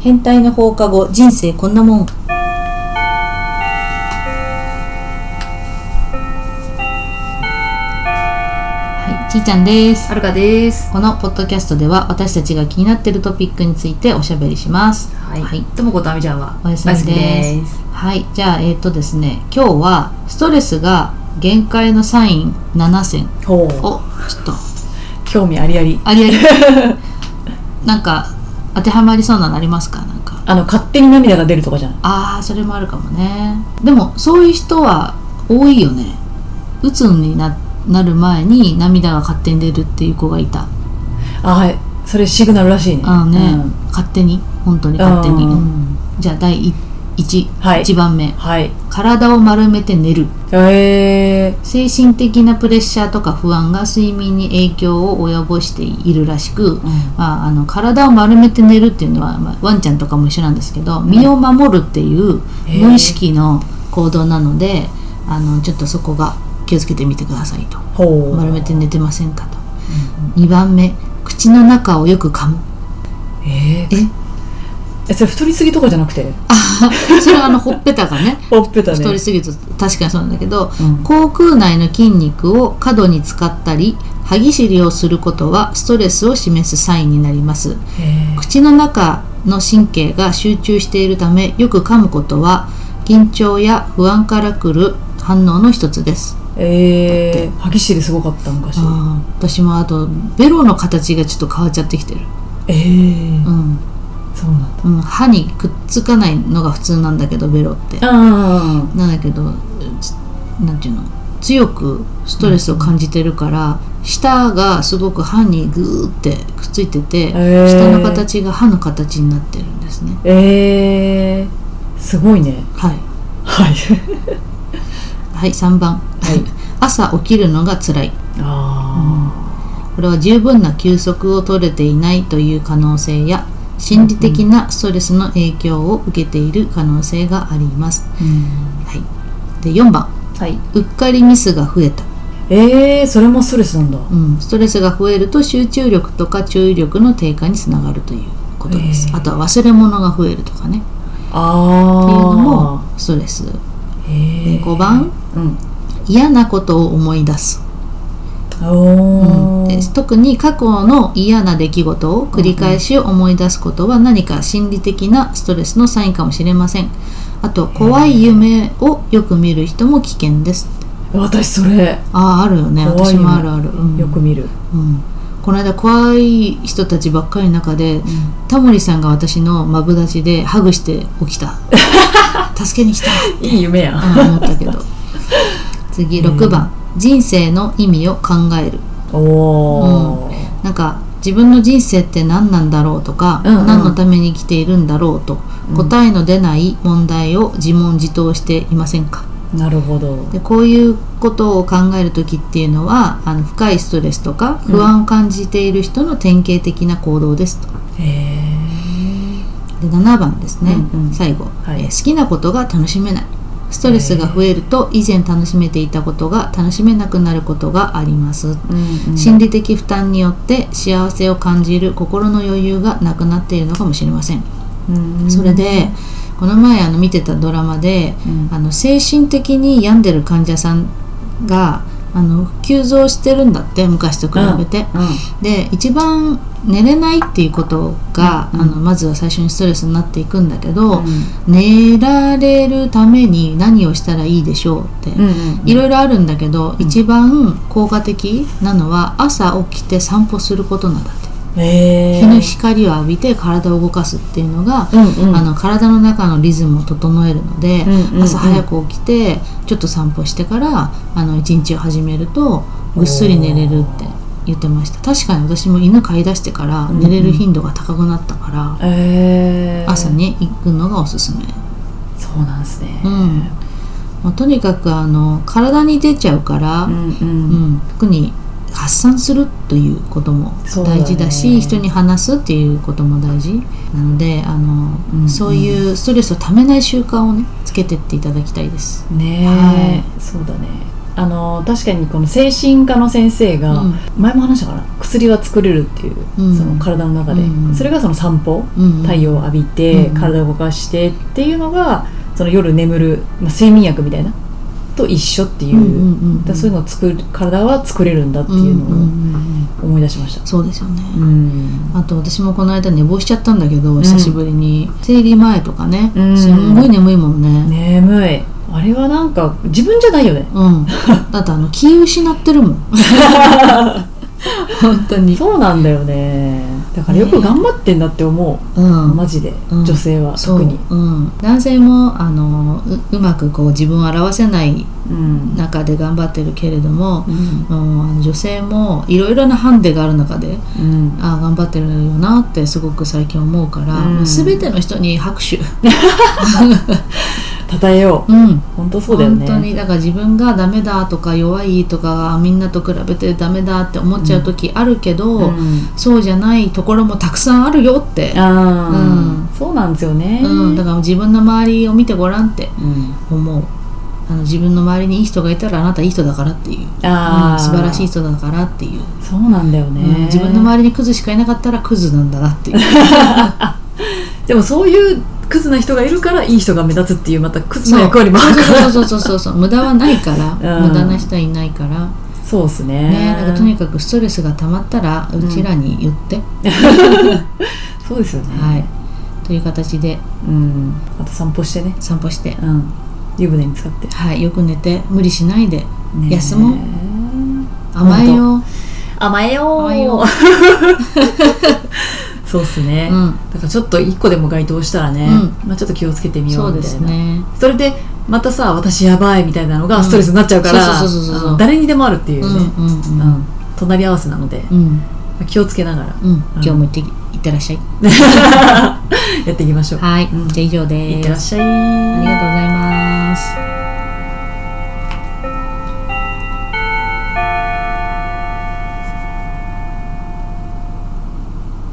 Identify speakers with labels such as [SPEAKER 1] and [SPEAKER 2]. [SPEAKER 1] 変態の放課後人生こんなもんはいちーちゃんです
[SPEAKER 2] はるかです。
[SPEAKER 1] このポッドキャストでは私たちが気になっているトピックについておしゃべりします
[SPEAKER 2] はい
[SPEAKER 1] はい
[SPEAKER 2] ともことあみちゃんは
[SPEAKER 1] おやすみです
[SPEAKER 2] おやす
[SPEAKER 1] はいじゃあえっ、とですね今日はストレスが限界のサイン7選
[SPEAKER 2] みですほう。
[SPEAKER 1] をちょっと
[SPEAKER 2] 興味ありあり。
[SPEAKER 1] ありあ りなんか当てはまりそうなのありますかなんか
[SPEAKER 2] あの勝手に涙が出るとかじゃない。
[SPEAKER 1] ああそれもあるかもねでもそういう人は多いよね鬱にななる前に涙が勝手に出るっていう子がいた
[SPEAKER 2] あはい。それシグナルらしいね。
[SPEAKER 1] あのね、
[SPEAKER 2] うん
[SPEAKER 1] 勝手に本当に勝手に、
[SPEAKER 2] うん
[SPEAKER 1] うんじゃあ第 1,
[SPEAKER 2] はい
[SPEAKER 1] 1番目
[SPEAKER 2] はい。
[SPEAKER 1] 体を丸めて寝る
[SPEAKER 2] え
[SPEAKER 1] 精
[SPEAKER 2] ー。
[SPEAKER 1] 神的なプレッシャーとか不安が睡眠に影響を及ぼしているらしく、まあ、あの体を丸めて寝るっていうのは、まあワンちゃんとかも一緒なんですけど身を守るっていう
[SPEAKER 2] へえ
[SPEAKER 1] 無意識の行動なのであのちょっとそこが気をつけてみてくださいと
[SPEAKER 2] ほう。
[SPEAKER 1] 丸めて寝てませんかと、2番目口の中をよく噛む
[SPEAKER 2] えー。
[SPEAKER 1] え
[SPEAKER 2] えそれ太りすぎとかじゃなくて。
[SPEAKER 1] それはあのほっぺたがね
[SPEAKER 2] ほっぺたね。
[SPEAKER 1] 太りすぎると確かにそうなんだけど、
[SPEAKER 2] うん
[SPEAKER 1] 口腔内の筋肉を過度に使ったり歯ぎしりをすることはストレスを示すサインになります
[SPEAKER 2] え
[SPEAKER 1] 口の中の神経が集中しているためよく噛むことは緊張や不安からくる反応の一つです
[SPEAKER 2] ー。えー。歯ぎしりすごかった昔。
[SPEAKER 1] 私もあとベロの形がちょっと変わっちゃってきてる、
[SPEAKER 2] えー
[SPEAKER 1] う。ん
[SPEAKER 2] そうなんだ。
[SPEAKER 1] うん、歯にくっつかないのが普通なんだけどベロって
[SPEAKER 2] あ
[SPEAKER 1] なんだけどつなんていうの強くストレスを感じてるから、舌がすごく歯にグーってくっついてて、
[SPEAKER 2] ー
[SPEAKER 1] 舌の形が歯の形になってるんですね
[SPEAKER 2] あ。えー。すごいね。
[SPEAKER 1] はい
[SPEAKER 2] はい。
[SPEAKER 1] はい3番、
[SPEAKER 2] い
[SPEAKER 1] 朝起きるのが辛い
[SPEAKER 2] あ
[SPEAKER 1] これは十分な休息を取れていないという可能性や心理的なストレスの影響を受けている可能性があります、
[SPEAKER 2] あ。うん。
[SPEAKER 1] はい、で4番
[SPEAKER 2] はい。
[SPEAKER 1] うっかりミスが増えた
[SPEAKER 2] えー、それもストレスなんだ。
[SPEAKER 1] うん、ストレスが増えると集中力とか注意力の低下につながるということです
[SPEAKER 2] へ。ー
[SPEAKER 1] あとは忘れ物が増えるとかね。
[SPEAKER 2] あ
[SPEAKER 1] っていうの
[SPEAKER 2] あ
[SPEAKER 1] もストレス。
[SPEAKER 2] っていう
[SPEAKER 1] 5番
[SPEAKER 2] うん
[SPEAKER 1] 嫌なことを思い出す、
[SPEAKER 2] お
[SPEAKER 1] で
[SPEAKER 2] ー
[SPEAKER 1] 特に過去の嫌な出来事を繰り返し思い出すことは何か心理的なストレスのサインかもしれませんあと怖い夢をよく見る人も危険です
[SPEAKER 2] 私それ
[SPEAKER 1] あああるよね
[SPEAKER 2] 怖
[SPEAKER 1] 私
[SPEAKER 2] い夢
[SPEAKER 1] もあるある、うん
[SPEAKER 2] よく見る
[SPEAKER 1] うん、この間怖い人たちばっかりの中で、タモリさんが私のマブダチでハグして起き た助けに来た
[SPEAKER 2] いい夢や
[SPEAKER 1] うん思ったけど次6番、人生の意味を考える
[SPEAKER 2] おー
[SPEAKER 1] なんか自分の人生って何なんだろうとか、
[SPEAKER 2] うんうん
[SPEAKER 1] 何のために生きているんだろうと、
[SPEAKER 2] うん
[SPEAKER 1] 答えの出ない問題を自問自答していませんか
[SPEAKER 2] なるほど
[SPEAKER 1] でこういうことを考える時っていうのはあの深いストレスとか不安を感じている人の典型的な行動ですと。
[SPEAKER 2] へえ
[SPEAKER 1] で7番ですね、
[SPEAKER 2] うんうん
[SPEAKER 1] 最後、
[SPEAKER 2] はい
[SPEAKER 1] えー好きなことが楽しめないストレスが増えると以前楽しめていたことが楽しめなくなることがあります、心理的負担によって幸せを感じる心の余裕がなくなっているのかもしれません、それでこの前あの見てたドラマで、
[SPEAKER 2] うん
[SPEAKER 1] あの精神的に病んでる患者さんがあの急増してるんだって昔と比べて、で一番寝れないっていうことが、
[SPEAKER 2] うん
[SPEAKER 1] あのまずは最初にストレスになっていくんだけど、
[SPEAKER 2] うん
[SPEAKER 1] 寝られるために何をしたらいいでしょうって、いろいろあるんだけど、一番効果的なのは朝起きて散歩することなんだって、
[SPEAKER 2] へえ
[SPEAKER 1] 日の光を浴びて体を動かすっていうのが、
[SPEAKER 2] うんうん
[SPEAKER 1] あの体の中のリズムを整えるので、
[SPEAKER 2] うんうんうん
[SPEAKER 1] 朝早く起きてちょっと散歩してからあの一日を始めるとぐっすり寝れるって言ってました確かに私も犬飼い出してから
[SPEAKER 2] ん
[SPEAKER 1] 寝れる頻度が高くなったから、
[SPEAKER 2] へえ
[SPEAKER 1] 朝に行くのがおすすめ、
[SPEAKER 2] そうなんですね
[SPEAKER 1] うんまあ、とにかくあの体に出ちゃうから、
[SPEAKER 2] うんうん
[SPEAKER 1] うん、特に発散するということも大事だ
[SPEAKER 2] そうだ
[SPEAKER 1] し
[SPEAKER 2] ね
[SPEAKER 1] 人に話すっていうことも大事なのであの、
[SPEAKER 2] うんうん
[SPEAKER 1] そういうストレスをためない習慣をねつけてっていただきたいです。
[SPEAKER 2] ねえ、
[SPEAKER 1] は
[SPEAKER 2] そうだねあの確かにこの精神科の先生が、
[SPEAKER 1] うん
[SPEAKER 2] 前も話したかな薬は作れるっていう、
[SPEAKER 1] うん
[SPEAKER 2] その体の中で、
[SPEAKER 1] うん
[SPEAKER 2] それがその散歩
[SPEAKER 1] うん
[SPEAKER 2] 太陽を浴びて、
[SPEAKER 1] うん
[SPEAKER 2] 体を動かしてっていうのがその夜眠る、まあ、睡眠薬みたいなと一緒っていう、
[SPEAKER 1] うんうんうんうん
[SPEAKER 2] だからそういうのを作る体は作れるんだっていう
[SPEAKER 1] うんうん
[SPEAKER 2] のを
[SPEAKER 1] うんうん
[SPEAKER 2] 思い出しました。
[SPEAKER 1] そうですよね、
[SPEAKER 2] うん
[SPEAKER 1] あと私もこの間寝坊しちゃったんだけど
[SPEAKER 2] ん
[SPEAKER 1] 久しぶりに、生理前とかね、
[SPEAKER 2] うん
[SPEAKER 1] すんごい眠いもんね
[SPEAKER 2] 眠いあれはなんか自分じゃないよね
[SPEAKER 1] うんだってあの気失ってるもん 本当に
[SPEAKER 2] そうなんだよねだからよく頑張ってんだって思
[SPEAKER 1] う
[SPEAKER 2] う、
[SPEAKER 1] ん
[SPEAKER 2] マジで、
[SPEAKER 1] うん
[SPEAKER 2] 女性は
[SPEAKER 1] そう
[SPEAKER 2] 特に
[SPEAKER 1] うん、男性もあのううまくこう自分を表せない
[SPEAKER 2] うん
[SPEAKER 1] 中で頑張ってるけれども
[SPEAKER 2] う、ん
[SPEAKER 1] うんあの女性もいろいろなハンデがある中で
[SPEAKER 2] うん
[SPEAKER 1] ああ頑張ってるよなってすごく最近思うから、
[SPEAKER 2] うん
[SPEAKER 1] 全ての人に拍手、
[SPEAKER 2] 称えよ
[SPEAKER 1] うん、
[SPEAKER 2] う本当そうだよね
[SPEAKER 1] 本当にだから自分がダメだとか弱いとかみんなと比べてダメだって思っちゃう時あるけど、
[SPEAKER 2] うん
[SPEAKER 1] そうじゃないところもたくさんあるよって、
[SPEAKER 2] あー
[SPEAKER 1] う
[SPEAKER 2] そうなんですよね
[SPEAKER 1] うん、だから自分の周りを見てごらんって
[SPEAKER 2] うん
[SPEAKER 1] 思うあの自分の周りにいい人がいたらあなたいい人だからっていう、
[SPEAKER 2] あ
[SPEAKER 1] うん
[SPEAKER 2] ー
[SPEAKER 1] 素晴らしい人だからっていう、
[SPEAKER 2] そうなんだよね、
[SPEAKER 1] うん自分の周りにクズしかいなかったらクズなんだなって いう
[SPEAKER 2] でもそういうクズな人がいるからいい人が目立つっていうまたクズの役割もあるか ら
[SPEAKER 1] そうそうそうそうそう無駄はないから、
[SPEAKER 2] うん
[SPEAKER 1] 無駄な人はいないから
[SPEAKER 2] そうですね
[SPEAKER 1] ねだからとにかくストレスが溜まったらうちらに言って、
[SPEAKER 2] そうですよね、
[SPEAKER 1] はいという形で
[SPEAKER 2] うん、あと散歩してね、
[SPEAKER 1] 散歩して
[SPEAKER 2] うん、湯船に使って、
[SPEAKER 1] はいよく寝て無理しないで
[SPEAKER 2] ね
[SPEAKER 1] 休もう甘えよう
[SPEAKER 2] 甘えよう
[SPEAKER 1] 甘えよ
[SPEAKER 2] そうっす ね、
[SPEAKER 1] うん
[SPEAKER 2] だからちょっと一個でも該当したらね、
[SPEAKER 1] う
[SPEAKER 2] まあ、ちょっと気をつけてみよ
[SPEAKER 1] そうう
[SPEAKER 2] み
[SPEAKER 1] で
[SPEAKER 2] たい
[SPEAKER 1] す
[SPEAKER 2] なそ,、
[SPEAKER 1] ね
[SPEAKER 2] れでまたさ私やばいみたいなの
[SPEAKER 1] う
[SPEAKER 2] が
[SPEAKER 1] ん
[SPEAKER 2] ストレスになっちゃうから
[SPEAKER 1] そうそうそうそうそう
[SPEAKER 2] あの誰にでもあるっていううん
[SPEAKER 1] う
[SPEAKER 2] ね、
[SPEAKER 1] ん
[SPEAKER 2] うん
[SPEAKER 1] うん
[SPEAKER 2] 隣り合わせなので、ま
[SPEAKER 1] うん
[SPEAKER 2] あ気をつけながら
[SPEAKER 1] うん今日も行ってき行ってらっしゃい
[SPEAKER 2] やっていきましょう、
[SPEAKER 1] はい
[SPEAKER 2] うん
[SPEAKER 1] じゃあ以上
[SPEAKER 2] い、っ
[SPEAKER 1] で
[SPEAKER 2] てらっ
[SPEAKER 1] す
[SPEAKER 2] しゃい
[SPEAKER 1] ありがとうございます